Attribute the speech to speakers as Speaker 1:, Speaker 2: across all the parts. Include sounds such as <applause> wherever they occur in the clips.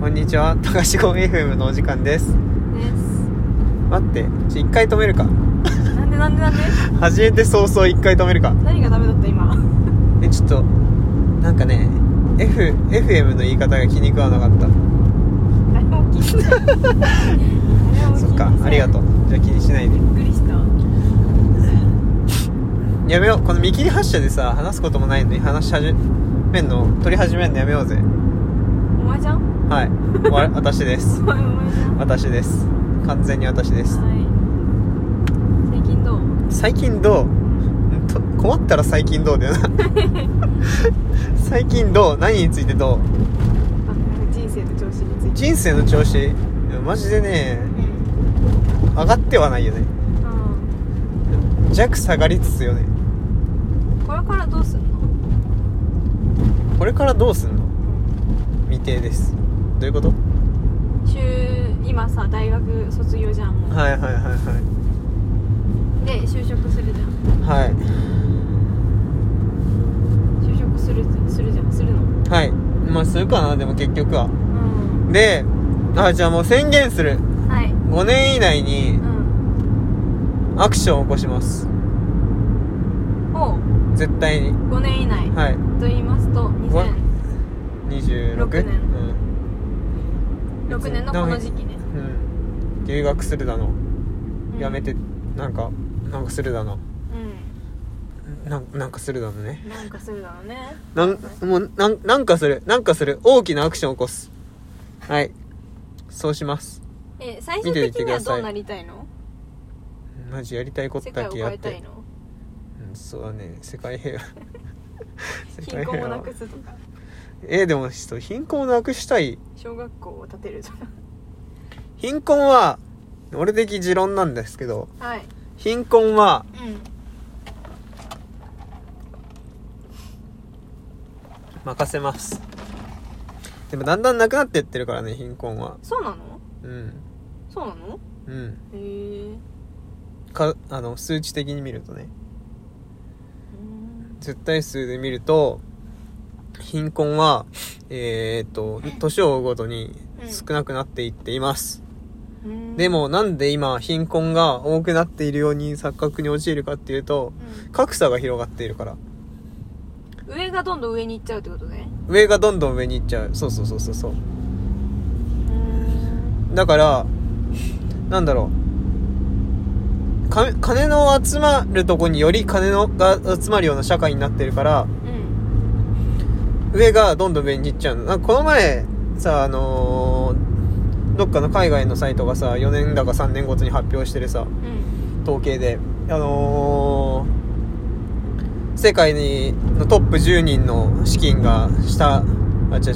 Speaker 1: こんにちは、高志ゴン FM のお時間です。
Speaker 2: です
Speaker 1: 待って、ちょ一回止めるか。
Speaker 2: なんでなんでなんで
Speaker 1: 始めて早々一回止めるか。
Speaker 2: 何がダメだった今
Speaker 1: え、ちょっと、なんかね、F、FM の言い方が気に食わなかった。
Speaker 2: 誰も聞いてない誰も聞いてない
Speaker 1: そっか、ありがとう。じゃあ気にしないで。
Speaker 2: びっくりした
Speaker 1: やめよう、この見切り発車でさ、話すこともないのに話し始めんの、取り始めんのやめようぜ。
Speaker 2: お前じゃん
Speaker 1: はい。わ私です
Speaker 2: お。前お前じゃんは
Speaker 1: 私です。完全に私です。
Speaker 2: い最近どう
Speaker 1: 最近どうんと困ったら最近どうだよ
Speaker 2: <laughs>
Speaker 1: な最近どう何についてどう
Speaker 2: あ人生と調子について
Speaker 1: 人生の調子いやマジでね
Speaker 2: うん
Speaker 1: 上がってはないよね
Speaker 2: うん
Speaker 1: 弱下がりつつよね
Speaker 2: これからどうすんの
Speaker 1: これからどうすんの未定ですどういうこと
Speaker 2: 週今さ大学卒業じゃんもう
Speaker 1: はいはいはいは
Speaker 2: で就職するじゃん
Speaker 1: いは
Speaker 2: 就職するするじゃんするの
Speaker 1: いはいまあするかなでも結局は
Speaker 2: うん
Speaker 1: であじゃあもう宣言する
Speaker 2: はい
Speaker 1: 5年以内に
Speaker 2: うん
Speaker 1: アクションを起こします
Speaker 2: を
Speaker 1: 絶対に
Speaker 2: 5年以内
Speaker 1: はい
Speaker 2: と言いますと
Speaker 1: わ
Speaker 2: 2006
Speaker 1: 26
Speaker 2: 六年
Speaker 1: うん、
Speaker 2: 年のこの時期ね
Speaker 1: うん留学するだの
Speaker 2: うん
Speaker 1: やめてなんかなんかするだの
Speaker 2: う
Speaker 1: なんなんかするだのね
Speaker 2: んなんかするだろうね
Speaker 1: なんもうなんなんかするなんかする大きなアクションを起こすはいそうします
Speaker 2: え最
Speaker 1: 見
Speaker 2: 終
Speaker 1: てい
Speaker 2: 的
Speaker 1: て
Speaker 2: に
Speaker 1: く
Speaker 2: は
Speaker 1: ださ
Speaker 2: ど
Speaker 1: いう
Speaker 2: なりたいの
Speaker 1: マジやりたいこと
Speaker 2: 世界
Speaker 1: だ
Speaker 2: を
Speaker 1: け
Speaker 2: 変
Speaker 1: やっ
Speaker 2: えた
Speaker 1: て
Speaker 2: いの
Speaker 1: うん、そうだね世界
Speaker 2: <laughs>
Speaker 1: 平和世
Speaker 2: 貧
Speaker 1: 界
Speaker 2: 困
Speaker 1: 平
Speaker 2: をな
Speaker 1: 和
Speaker 2: くすとか
Speaker 1: えでもそう貧困をなくしたい
Speaker 2: 小学校を建てるとか
Speaker 1: 貧困は俺的持論なんですけど
Speaker 2: はい
Speaker 1: 貧困は
Speaker 2: うん
Speaker 1: 任せますでもだんだんなくなってってるからね貧困は
Speaker 2: そうなの
Speaker 1: うん
Speaker 2: そうなの
Speaker 1: うん
Speaker 2: へえ
Speaker 1: かあの数値的に見るとね絶対数で見ると貧困はえーっと年を追うごとに
Speaker 2: うん
Speaker 1: 少なくなっていっています、でもなんで今貧困が多くなっているように錯覚に陥るかっていうと格差が広がっているから
Speaker 2: 上がどんどん上に行っちゃうってことね
Speaker 1: 上がどんどん上に行っちゃうそうそうそうそうそう
Speaker 2: うん
Speaker 1: だからなんだろうか金の集まるとこにより金のが集まるような社会になってるから
Speaker 2: うん
Speaker 1: 上がどんどん上に行っちゃうのなんかこの前さあのーどっかの海外のサイトがさ4年だか3年ごとに発表してるさ
Speaker 2: うん
Speaker 1: 統計であのー世界にのトップ10人の資金が下あ違う違う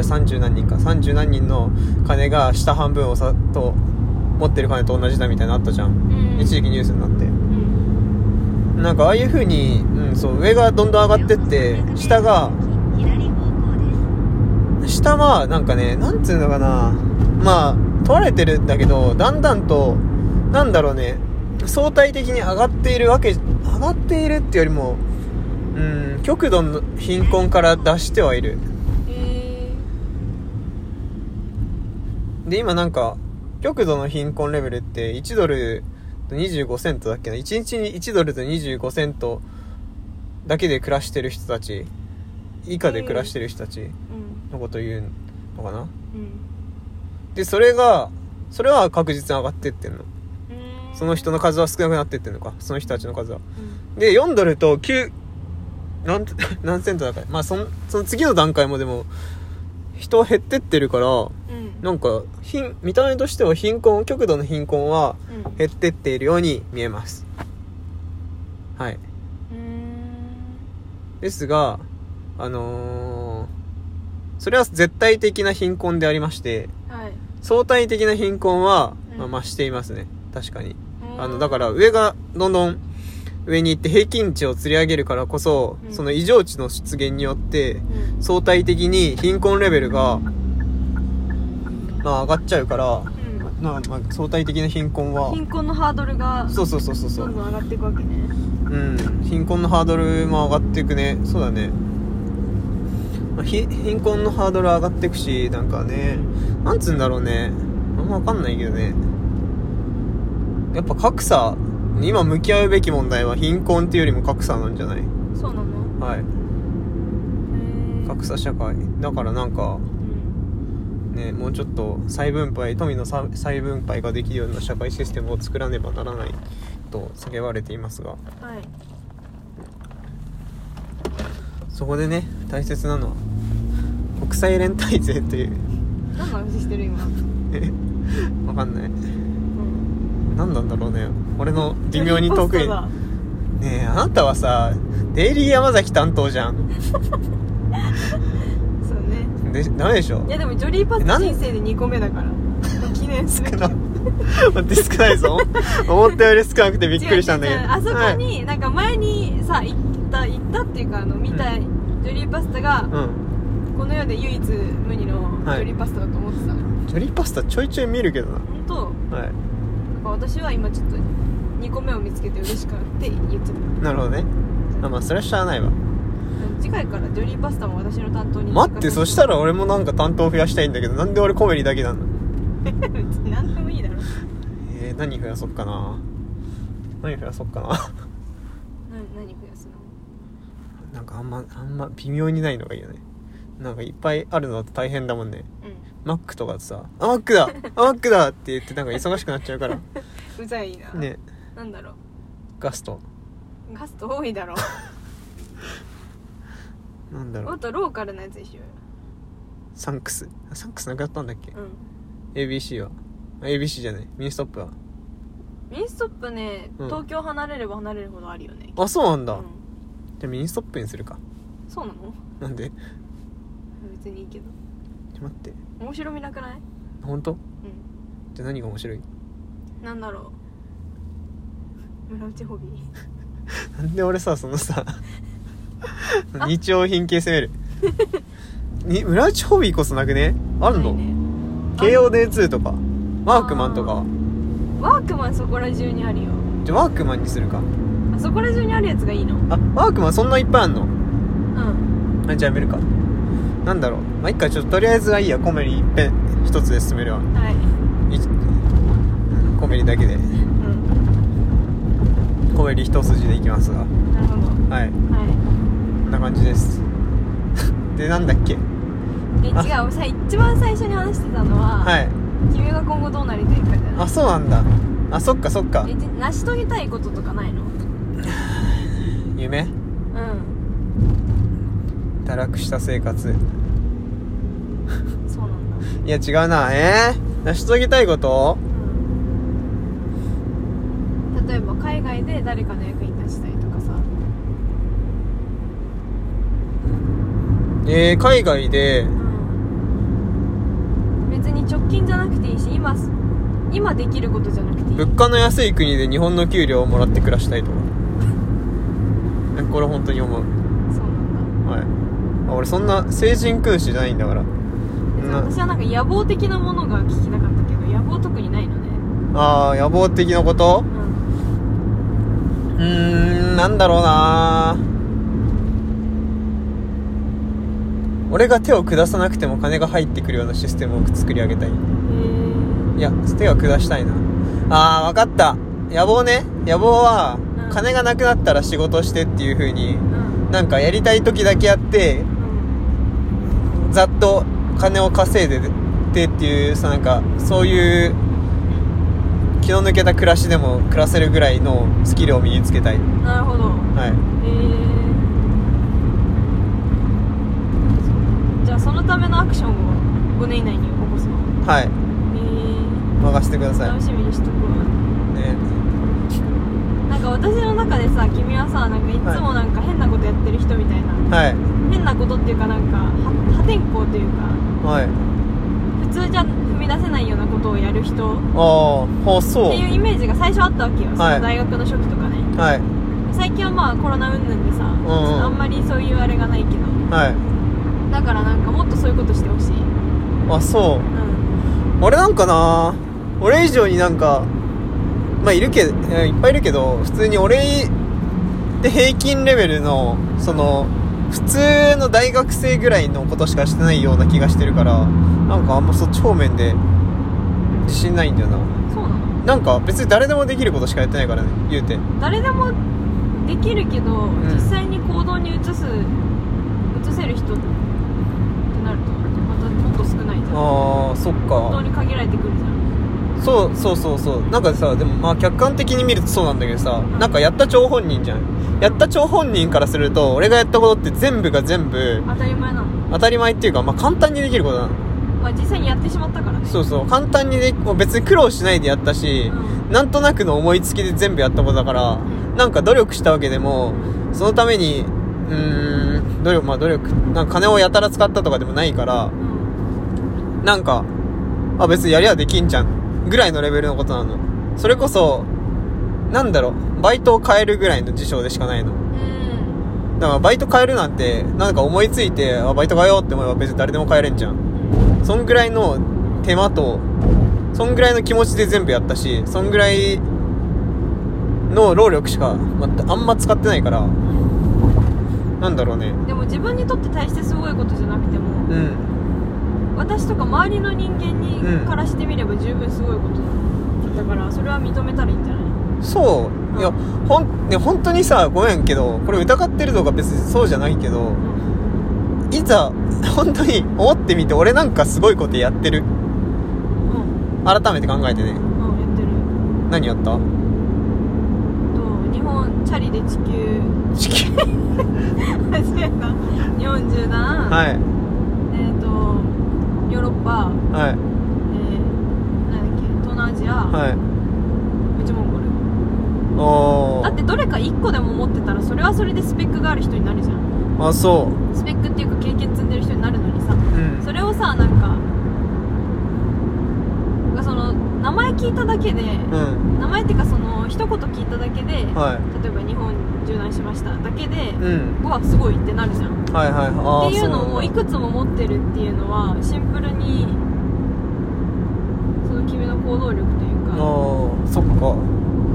Speaker 1: 30何人か30何人の金が下半分をさと持ってる金と同じだみたいなのあったじゃん
Speaker 2: うん
Speaker 1: 一時期ニュースになって
Speaker 2: うん
Speaker 1: なんかああいう風に、うん、そう上がどんどん上がってって下が
Speaker 2: 左方向です
Speaker 1: 下はなんかねなんつうのかなまあ取られてるんだけどだんだんとなんだろうね相対的に上がっているわけ上がっているってよりもうん極度の貧困から脱してはいる
Speaker 2: へえ
Speaker 1: で今なんか極度の貧困レベルって1ドルと25セントだっけな1日に1ドルと25セントだけで暮らしてる人たち以下で暮らしてる人たち
Speaker 2: うん
Speaker 1: のこと言うのかな
Speaker 2: うん
Speaker 1: でそれがそれは確実に上がってってんの
Speaker 2: うん
Speaker 1: その人の数は少なくなってってんのかその人たちの数は
Speaker 2: うん
Speaker 1: で4ドルと9なん <laughs> 何セントだかまあそのその次の段階もでも人は減ってってるから
Speaker 2: うん
Speaker 1: なんか貧見た目としては貧困極度の貧困は
Speaker 2: うん
Speaker 1: 減ってっているように見えますはい
Speaker 2: うん
Speaker 1: ですがあのーそれは絶対的な貧困でありまして
Speaker 2: はい
Speaker 1: 相対的な貧困は、
Speaker 2: うん
Speaker 1: まあ、増していますね確かにあのだ
Speaker 2: ら
Speaker 1: から上がどんどん上に行って平均値を釣り上げるからこそ、
Speaker 2: うん
Speaker 1: その異常値の出現によって相対的に貧困レベルが、まあ、上がっちゃうから、まあまあ、相対的な貧困は
Speaker 2: 貧困のハードルが
Speaker 1: そうそうそうそうそ
Speaker 2: どん
Speaker 1: う
Speaker 2: どん上がっていくわけね
Speaker 1: うん貧困のハードルも上がっていくねそうだねまあひ貧困のハードル上がってくしなんかねなんつうんだろうねあんま分かんないけどねやっぱ格差今向き合うべき問題は貧困っていうよりも格差なんじゃない
Speaker 2: そうなの
Speaker 1: はい
Speaker 2: へ
Speaker 1: 格差社会だからなんかねもうちょっと再分配富のさ再分配ができるような社会システムを作らねばならないと叫ばれていますが
Speaker 2: うんはい
Speaker 1: そこでね大切なのは国際連帯税という
Speaker 2: 何の話してる今、
Speaker 1: えわかんない
Speaker 2: うん
Speaker 1: 何なんだろうね俺の微妙に得意
Speaker 2: インポ
Speaker 1: ね
Speaker 2: ス
Speaker 1: えあなたはさデイリー山崎担当じゃん
Speaker 2: ターだそうね
Speaker 1: でダメでしょ
Speaker 2: いやでもジョリーパス
Speaker 1: な
Speaker 2: タ
Speaker 1: ん
Speaker 2: 人生で2個目だから記念すべき
Speaker 1: 少な待って少ないぞ思ったより少なくて <laughs> びっくりしたんだけ
Speaker 2: 違う違う
Speaker 1: ど
Speaker 2: あそ
Speaker 1: は
Speaker 2: こ
Speaker 1: い
Speaker 2: に、なんか前にさ行った行ったっていうかあの見た、
Speaker 1: う
Speaker 2: ジョリーパスタが、
Speaker 1: うん
Speaker 2: この世で唯一無二のジ
Speaker 1: はい
Speaker 2: ョリーパスタだと思ってた、
Speaker 1: ジョリーパスタちょいちょい見るけどな
Speaker 2: 本当
Speaker 1: はい
Speaker 2: なんか私は今ちょっと2個目を見つけて嬉しかって言っちゃっ
Speaker 1: なるほどねあまあそれはしゃあないわ
Speaker 2: た次回からジョリーパスタも私の担当に
Speaker 1: 待ってそしたら俺もなんか担当増やしたいんだけどなんで俺コメリだけなの
Speaker 2: <laughs> 何でもいいだろ
Speaker 1: えー、何増やそっかな何増やそっかな <laughs>
Speaker 2: な何増やすの
Speaker 1: なんかあんまあんま微妙にないのがいいよねなんかいっぱいあるのだと大変だもんね
Speaker 2: う
Speaker 1: マックとかさ「あマック <laughs> だあマックだ!」って言ってなんか忙しくなっちゃうから
Speaker 2: んうざいな、
Speaker 1: ね
Speaker 2: なんだろう
Speaker 1: ガスト
Speaker 2: ガスト多いだろ
Speaker 1: <laughs> なんだろ
Speaker 2: も
Speaker 1: う
Speaker 2: っとローカルなやつでしょ
Speaker 1: サンクスあサンクスなくなったんだっけ
Speaker 2: うん
Speaker 1: ABC はあ ABC じゃないミニストップは
Speaker 2: ミニストップね、
Speaker 1: うん
Speaker 2: 東京離れれば離れるほどあるよね
Speaker 1: あそうなんだ、
Speaker 2: うん、
Speaker 1: じゃあミニストップにするか
Speaker 2: そうなの
Speaker 1: なんで
Speaker 2: 別にいいけど
Speaker 1: ちょ待って
Speaker 2: 面白みなくない
Speaker 1: 本当
Speaker 2: う
Speaker 1: じゃあ何が面白い
Speaker 2: んなんだろ
Speaker 1: <laughs>
Speaker 2: う村内ホビー
Speaker 1: なんで俺さそのさ日用品系攻めるに村内ホビーこそなくねあんの、
Speaker 2: ないね
Speaker 1: KOD2 とかワークマンとかは
Speaker 2: ワークマンそこら中にあるよ
Speaker 1: じゃあワークマンにするか
Speaker 2: あそこら中にあるやつがいいの
Speaker 1: あワークマンそんないっぱいあんの
Speaker 2: うん
Speaker 1: あじゃあやめるかなんだろうまあ、いっかちょっととりあえずはいいやコメリ一遍一つで進めるわ
Speaker 2: はい
Speaker 1: いうんコメリだけで
Speaker 2: うん
Speaker 1: コメリ一筋でいきますが
Speaker 2: なるほど
Speaker 1: はい
Speaker 2: は
Speaker 1: こんな感じです <laughs> でなんだっけ
Speaker 2: いえ違うさ一番最初に話してたのは、
Speaker 1: はい
Speaker 2: 君が今後どうなりたいかじゃな
Speaker 1: あ
Speaker 2: い
Speaker 1: そうなんだあそっかそっか
Speaker 2: えじ成し遂げたいこととかないの
Speaker 1: 夢
Speaker 2: うん
Speaker 1: 堕落した生活
Speaker 2: そうなんだ
Speaker 1: いや違うなえー、成し遂げたいこと
Speaker 2: うん例えば海外で誰かの役に立ちたいとかさ
Speaker 1: えー、海外で
Speaker 2: うん別に直近じゃなくていいし今す今できることじゃなくていい
Speaker 1: 物価の安い国で日本の給料をもらって暮らしたいとかこれ本当に思う
Speaker 2: そうなん
Speaker 1: はいあ俺そんな成人君子じゃないんだから
Speaker 2: だ
Speaker 1: な
Speaker 2: 私はなんか野望的なものが聞きたかったけど野望特にないのね
Speaker 1: ああ野望的なこと
Speaker 2: うん
Speaker 1: うーんなんだろうな俺が手を下さなくても金が入ってくるようなシステムを作り上げたいいや手は下したいなあーわかった野望ね野望は
Speaker 2: うん
Speaker 1: 金がなくなったら仕事してっていう風に
Speaker 2: へえうん
Speaker 1: なんかやりたい時だけやって
Speaker 2: うん
Speaker 1: ざっと金を稼いでってっていうさなんかそういう気の抜けた暮らしでも暮らせるぐらいのスキルを身につけたい
Speaker 2: なるほど
Speaker 1: はい
Speaker 2: へえじゃあそのためのアクションを5年以内に起こすの
Speaker 1: はい
Speaker 2: へ
Speaker 1: 任せてくだ
Speaker 2: え
Speaker 1: さ
Speaker 2: 楽しみにしとくわ
Speaker 1: いね
Speaker 2: なんか私の中でさ君はさなんかいつもなんか変なことやってる人みたいな、
Speaker 1: はい
Speaker 2: 変なことっていうかなんかは破天荒というか
Speaker 1: はい
Speaker 2: 普通じゃ踏み出せないようなことをやる人っ
Speaker 1: あああそう
Speaker 2: ていうイメージが最初あったわけよ、その
Speaker 1: はい
Speaker 2: 大学の初期とかね
Speaker 1: はい
Speaker 2: 最近はまあコロナ云々でさ、
Speaker 1: ん
Speaker 2: あんまりそういうあれがないけど
Speaker 1: はい
Speaker 2: だからなんかもっとそういうことしてほしい
Speaker 1: あそう
Speaker 2: うん
Speaker 1: 俺なんかな俺以上になんかまあいるけどいっぱいいるけど普通に俺で平均レベルのその普通の大学生ぐらいのことしかしてないような気がしてるからなんかあんまそっち方面で自信ないんだよな
Speaker 2: そうなの
Speaker 1: なんか別に誰でもできることしかやってないからね言うて
Speaker 2: 誰でもできるけど、
Speaker 1: ん
Speaker 2: 実際に行動に移す移せる人ってなるとまたもっと少ないじゃん
Speaker 1: あーそっ
Speaker 2: 本当
Speaker 1: か
Speaker 2: に限られてくるじゃん
Speaker 1: そうそうそうそうなんかさでもまあ客観的に見るとそうなんだけどさなんかやった張本人じゃんやった張本人からすると俺がやったことって全部が全部
Speaker 2: 当たり前なの、
Speaker 1: 当たり前っていうかまあ簡単にできることなの
Speaker 2: まあ、実際にやってしまったからね
Speaker 1: そうそう簡単にでもう別に苦労しないでやったし、
Speaker 2: う
Speaker 1: なんとなくの思いつきで全部やったことだから、
Speaker 2: ん
Speaker 1: なんか努力したわけでも、
Speaker 2: う
Speaker 1: そのためにうーん努力まあ努力なんか金をやたら使ったとかでもないから
Speaker 2: うん
Speaker 1: なんかあ別にやりゃできんじゃんぐらいのレベルのことなのそれこそなんだろうバイトを変えるぐらいの事象でしかないの
Speaker 2: うん
Speaker 1: だからバイト変えるなんてなんか思いついてあバイト変えようって思えば別に誰でも変えれんじゃんそんぐらいの手間とそんぐらいの気持ちで全部やったしそんぐらいの労力しか、まあ、あんま使ってないからなんだろうね
Speaker 2: でも自分にとって大してすごいことじゃなくても
Speaker 1: うん
Speaker 2: 私とか周りの人間に
Speaker 1: うん
Speaker 2: からしてみれば十分すごいことなのだからそれは認めたらいいんじゃない
Speaker 1: そういやほん、ね、本当にさごめんけどこれ疑ってるとか別にそうじゃないけどいざ本当に思ってみて俺なんかすごいことやってる
Speaker 2: うん
Speaker 1: 改めて考えてね
Speaker 2: うん、うん、やってる
Speaker 1: 何やった
Speaker 2: と日本チャリで地球
Speaker 1: 地球 <laughs>
Speaker 2: 走れた日本縦断、
Speaker 1: はい
Speaker 2: えっ、とヨーロッパ、
Speaker 1: はい
Speaker 2: えー、なんだっけ東南アジア、
Speaker 1: はい
Speaker 2: 内モンゴル
Speaker 1: お
Speaker 2: だってどれか1個でも持ってたらそれはそれでスペックがある人になるじゃん
Speaker 1: ああそ
Speaker 2: スペックっていうか経験積んでる人になるのにさ
Speaker 1: ううん
Speaker 2: それをさなんかその名前聞いただけで
Speaker 1: うん
Speaker 2: 名前っていうかその一言聞いただけで
Speaker 1: はい
Speaker 2: 例えば日本縦断しましただけで
Speaker 1: うん
Speaker 2: うわすごいってなるじゃんっ
Speaker 1: はいはいああ
Speaker 2: ていうのをい
Speaker 1: そうなんだ
Speaker 2: くつも持ってるっていうのはシンプルにその君の行動力というか
Speaker 1: ああそっか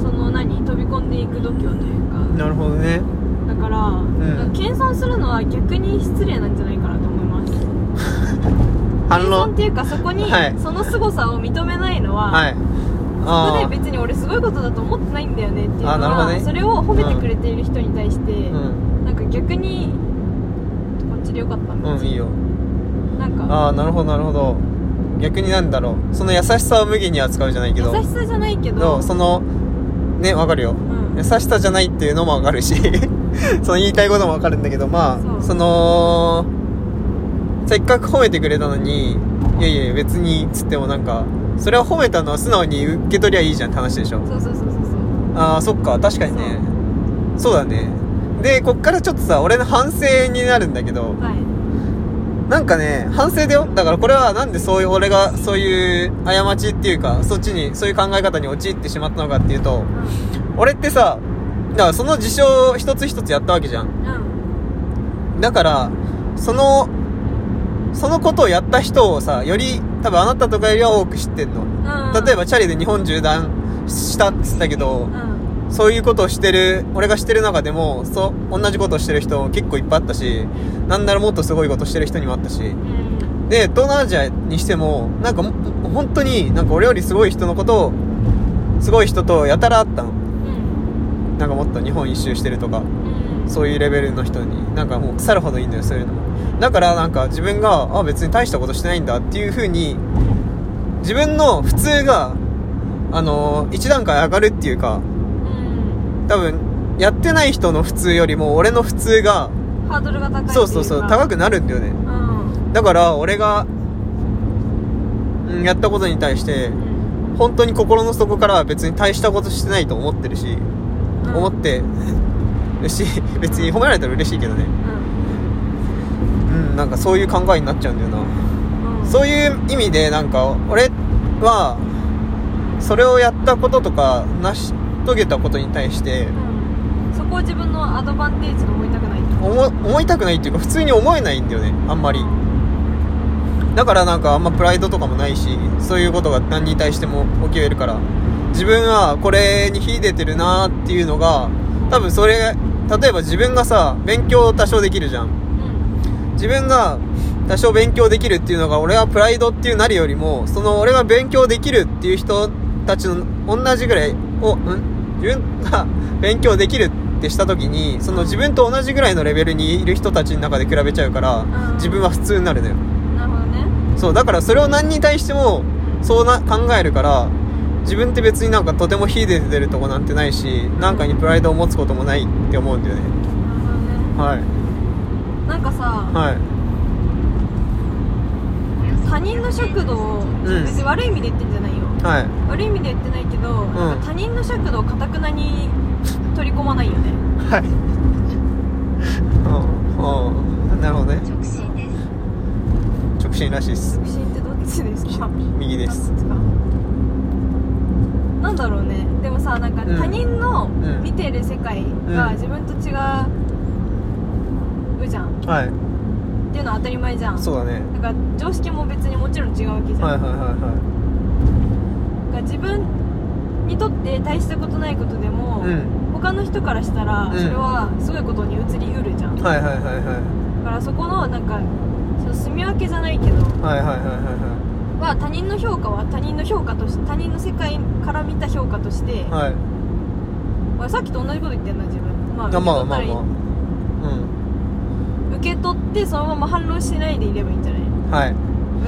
Speaker 2: その何飛び込んでいく度胸というか
Speaker 1: なるほどね
Speaker 2: だから、
Speaker 1: ん
Speaker 2: 謙遜するのは逆に失礼なんじゃないかなと思います
Speaker 1: 反
Speaker 2: 謙遜っ
Speaker 1: 論
Speaker 2: ていうかそこに、
Speaker 1: はい
Speaker 2: その凄さを認めないのは、
Speaker 1: はい
Speaker 2: そこ
Speaker 1: あ
Speaker 2: で別に俺すごいことだと思ってないんだよねっていうの
Speaker 1: あなるほど
Speaker 2: は、
Speaker 1: ね
Speaker 2: それを褒めてくれている人に対して、
Speaker 1: あうん
Speaker 2: なんか逆にこっちでよかったんだ、
Speaker 1: うんいいよ
Speaker 2: なんか
Speaker 1: ああなるほどなるほど逆になんだろうその優しさを無限に扱うじゃないけ
Speaker 2: 優
Speaker 1: ど
Speaker 2: しさじゃないけ
Speaker 1: ど
Speaker 2: ど
Speaker 1: うそのねわかるよ
Speaker 2: うん
Speaker 1: 優しさじゃないっていうのもわかるし <laughs> その言いたいこともわかるんだけどま
Speaker 2: そ
Speaker 1: あ
Speaker 2: う
Speaker 1: そのせっかく褒めてくれたのにいやいや別につってもなんかそれは褒めたのは素直に受け取りゃいいじゃんって話でしょ
Speaker 2: そうそうそうそうそう
Speaker 1: あーそっか確かにねそうだねでこっからちょっとさ俺の反省になるんだけど
Speaker 2: はい
Speaker 1: なんかね反省だよだからこれはなんでそういう俺がそういう過ちっていうかそっちにそういう考え方に陥ってしまったのかっていうと俺ってさだからその事象を一つ一つやったわけじゃん
Speaker 2: うん
Speaker 1: だからそのそのことをやった人をさより多分あなたとかよりは多く知ってんの
Speaker 2: うんうん
Speaker 1: 例えばチャリで日本縦断したって言ったけど、
Speaker 2: うん
Speaker 1: そういうことをしてる、俺がしてる中でも、そう、同じことをしてる人結構いっぱいあったし、なんならもっとすごいことしてる人にもあったし。
Speaker 2: うん
Speaker 1: で、東南アジアにしても、なんかも、本当に、なんか俺よりすごい人のことを、すごい人とやたらあったの。
Speaker 2: うん
Speaker 1: なんかもっと日本一周してるとか、
Speaker 2: うん
Speaker 1: そういうレベルの人に、なんかもう腐るほどいいんだよ、そういうのも。だからなんか自分が、あ、別に大したことしてないんだっていう風に、自分の普通が、あのー一段階上がるっていうか、
Speaker 2: うん
Speaker 1: 多分やってない人の普通よりも俺の普通が
Speaker 2: ハードルが高いっていか
Speaker 1: そうそうそう高くなるんだよね
Speaker 2: うん
Speaker 1: だから俺が、うん、やったことに対して
Speaker 2: うん
Speaker 1: 本当に心の底からは別に大したことしてないと思ってるし、
Speaker 2: うん
Speaker 1: 思ってるし <laughs> 別に褒められたら嬉しいけどね
Speaker 2: う
Speaker 1: うんなんかそういう考えになっちゃうんだよな、
Speaker 2: んうん
Speaker 1: そういう意味でなんか俺はそれをやったこととか成し遂げたことに対して
Speaker 2: うんそこを自分のアドバンテージと思いたくないと
Speaker 1: 思思いたくないっていうか普通に思えないんだよねあんまりだからなんかあんまプライドとかもないしそういうことが何に対しても起きれるから自分はこれに秀でてるなっていうのが多分それ例えば自分がさ勉強多少できるじゃん
Speaker 2: うん
Speaker 1: 自分が多少勉強できるっていうのが俺はプライドっていうなるよりもその俺が勉強できるっていう人たちの同じぐらいをん自分が勉強できるってした時にその自分と同じぐらいのレベルにいる人たちの中で比べちゃうから
Speaker 2: ん
Speaker 1: 自分は普通になるのよ
Speaker 2: なるほどね
Speaker 1: そうだからそれを何に対してもそうな考えるから
Speaker 2: うん
Speaker 1: 自分って別になんかとても秀でてるとこなんてないしなんかにプライドを持つこともないって思うんだよね
Speaker 2: なるほどね
Speaker 1: はい
Speaker 2: なんかさ
Speaker 1: はい
Speaker 2: 他人の尺度を
Speaker 1: ん
Speaker 2: 別に悪い意味で言ってんじゃないよ
Speaker 1: はい
Speaker 2: 悪い意味で言ってないけど、なんか他人の尺度をかたくなに取り込まないよね
Speaker 1: はいうんうんなるほどね
Speaker 3: 直進です
Speaker 1: 直進らしいです
Speaker 2: 促進ってどっちですか
Speaker 1: 右です
Speaker 2: なんだろうねでもさなんか
Speaker 1: うん
Speaker 2: 他人の
Speaker 1: ん
Speaker 2: 見てる世界
Speaker 1: うん
Speaker 2: が自分と違うじゃん
Speaker 1: はい
Speaker 2: っていうのは当たり前じゃん
Speaker 1: そうだね
Speaker 2: だから常識も別にもちろん違うわけじゃん、
Speaker 1: はいはいは
Speaker 2: だから自分にとって大したことないことでも、
Speaker 1: いはいうん
Speaker 2: 他の人からしたら
Speaker 1: うん
Speaker 2: それはすごいことに移りうるじゃん、だ
Speaker 1: はいはいはいはい
Speaker 2: からそこのなんかその住み分けじゃないけど
Speaker 1: はいはいはいは
Speaker 2: は他人の評価は他人の評価として他人の世界から見た評価として、
Speaker 1: いはいはい
Speaker 2: まあさっきと同じこと言ってんな自分、まあ、
Speaker 1: まあまあまあ
Speaker 2: 受け取っ
Speaker 1: うん
Speaker 2: たらいい受け取ってそのまま反論しないでいればいいんじゃない
Speaker 1: はい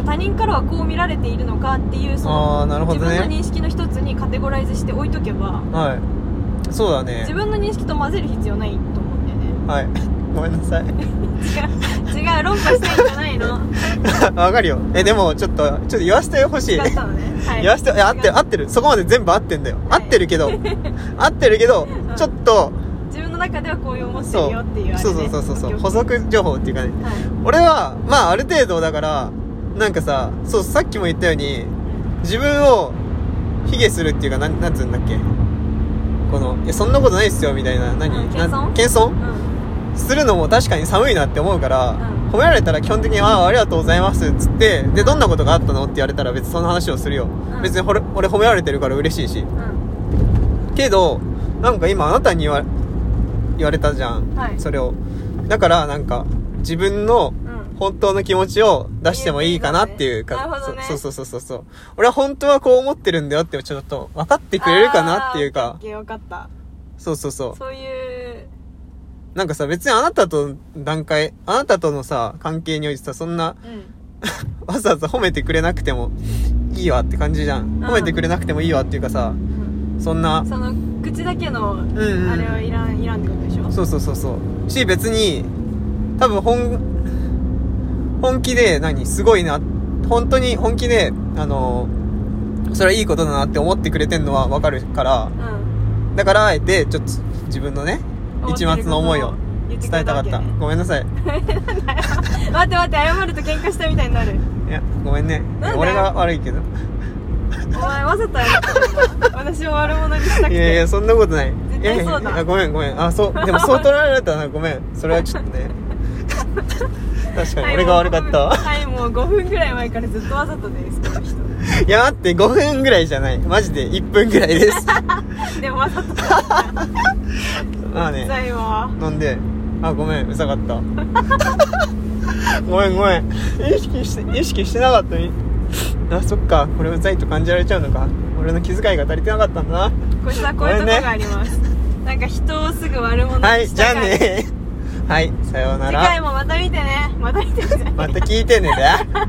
Speaker 2: 他人からはこう見られているのかっていうそ
Speaker 1: あー
Speaker 2: の
Speaker 1: なるほ
Speaker 2: 自
Speaker 1: ど
Speaker 2: 分の
Speaker 1: ね
Speaker 2: 認識の一つにカテゴライズして置いとけば
Speaker 1: はいそうだ
Speaker 2: 自
Speaker 1: ね
Speaker 2: 分の認識と混ぜる必要ないと思うんだよね
Speaker 1: はい <laughs> ごめんなさい <laughs>
Speaker 2: 違う違う論破してんじゃないの
Speaker 1: わかるよえでもちょっとちょっと言わせてほしい
Speaker 2: 違ったのね、はい、
Speaker 1: 言わせていや合ってる合
Speaker 2: 違う
Speaker 1: ってるそこまで全部合ってんだよ、
Speaker 2: はい
Speaker 1: 合ってるけ
Speaker 2: <laughs>
Speaker 1: ど合ってるけど
Speaker 2: ん
Speaker 1: ちょっと
Speaker 2: 自分の中ではこういう思って
Speaker 1: そ
Speaker 2: る
Speaker 1: う
Speaker 2: よっていうあれ、ね、
Speaker 1: そうそうそうそうそう
Speaker 2: オッケー
Speaker 1: 補
Speaker 2: オッケ
Speaker 1: 足情報っていうかね
Speaker 2: ーはい
Speaker 1: 俺はまあある程度だからなんかさそうさっきも言ったように自分を卑下するっていうかなんなんつうんだっけこのいやそんなことないっすよみたいな何、
Speaker 2: うん謙遜
Speaker 1: なん謙遜
Speaker 2: うん
Speaker 1: するのも確かに寒いなって思うから、
Speaker 2: ん
Speaker 1: 褒められたら基本的に「ああありがとうございます」っつってでどんなことがあったのって言われたら別にその話をするよ、
Speaker 2: ん
Speaker 1: 別にほれ俺褒められてるから嬉しいし
Speaker 2: うん
Speaker 1: けどなんか今あなたに言わ言われたじゃん、
Speaker 2: はい
Speaker 1: それをだからなんか自分の
Speaker 2: うん
Speaker 1: 本当の気持ちを出してもいいかなっていうか、
Speaker 2: なるほどね
Speaker 1: そそうそうそうそう俺は本当はこう思ってるんだよってちょっと分かってくれるかなっていう
Speaker 2: あーオッ
Speaker 1: か
Speaker 2: ケーオッケー分かっ
Speaker 1: そうそうそ
Speaker 2: たそういう
Speaker 1: うなんかさ別にあなたとの段階あなたとのさ関係においてさそんな
Speaker 2: うん
Speaker 1: わざわざ褒めてくれなくてもいいわって感じじゃん
Speaker 2: ん
Speaker 1: 褒めてくれなくてもいいわっていうかさそんな
Speaker 2: その口だけの
Speaker 1: うんうん
Speaker 2: あれはいらんいらんってことでしょ
Speaker 1: そうそうそうそうし別に多分本本気で何すごいな本当に本気であのそれはいいことだなって思ってくれてんのはわかるから
Speaker 2: うん
Speaker 1: だからあえてちょっと自分のね一抹の思いを
Speaker 2: 言って
Speaker 1: 伝
Speaker 2: く
Speaker 1: え
Speaker 2: れ
Speaker 1: たか
Speaker 2: わ
Speaker 1: っ
Speaker 2: けね
Speaker 1: たごめんなさい
Speaker 2: 待って待って謝ると喧嘩したみたいになる
Speaker 1: いやごめんね
Speaker 2: なんで
Speaker 1: 俺が悪いけど
Speaker 2: お前わざと謝ったの私を悪者にしたく
Speaker 1: い
Speaker 2: て
Speaker 1: やいやそんなことない
Speaker 2: 絶対そうだ
Speaker 1: いやいやごめんごめんあそうでもそう捉えられたなごめんそれはちょっと
Speaker 2: <laughs>
Speaker 1: ね確か
Speaker 2: は
Speaker 1: に
Speaker 2: い
Speaker 1: 俺が悪かった
Speaker 2: もう
Speaker 1: わ
Speaker 2: はいもう5分ぐらい前からずっとわざとですこの人
Speaker 1: いや待って5分ぐらいじゃないマジで1分ぐらいです
Speaker 2: <laughs> でもわざとだ
Speaker 1: まあ
Speaker 2: 罪
Speaker 1: ね
Speaker 2: は
Speaker 1: 飲んであごめんうざかったごめんごめん意識して意識してなかったにあそっかこれうざいと感じられちゃうのか俺の気遣いが足りてなかったんだな
Speaker 2: これさこういうとこがあります、なんか人をすぐ悪者にしたが
Speaker 1: は
Speaker 2: る
Speaker 1: いじゃあねはいさような
Speaker 2: 次回
Speaker 1: ら
Speaker 2: もまた見てねまた見てね
Speaker 1: また聞いてねだ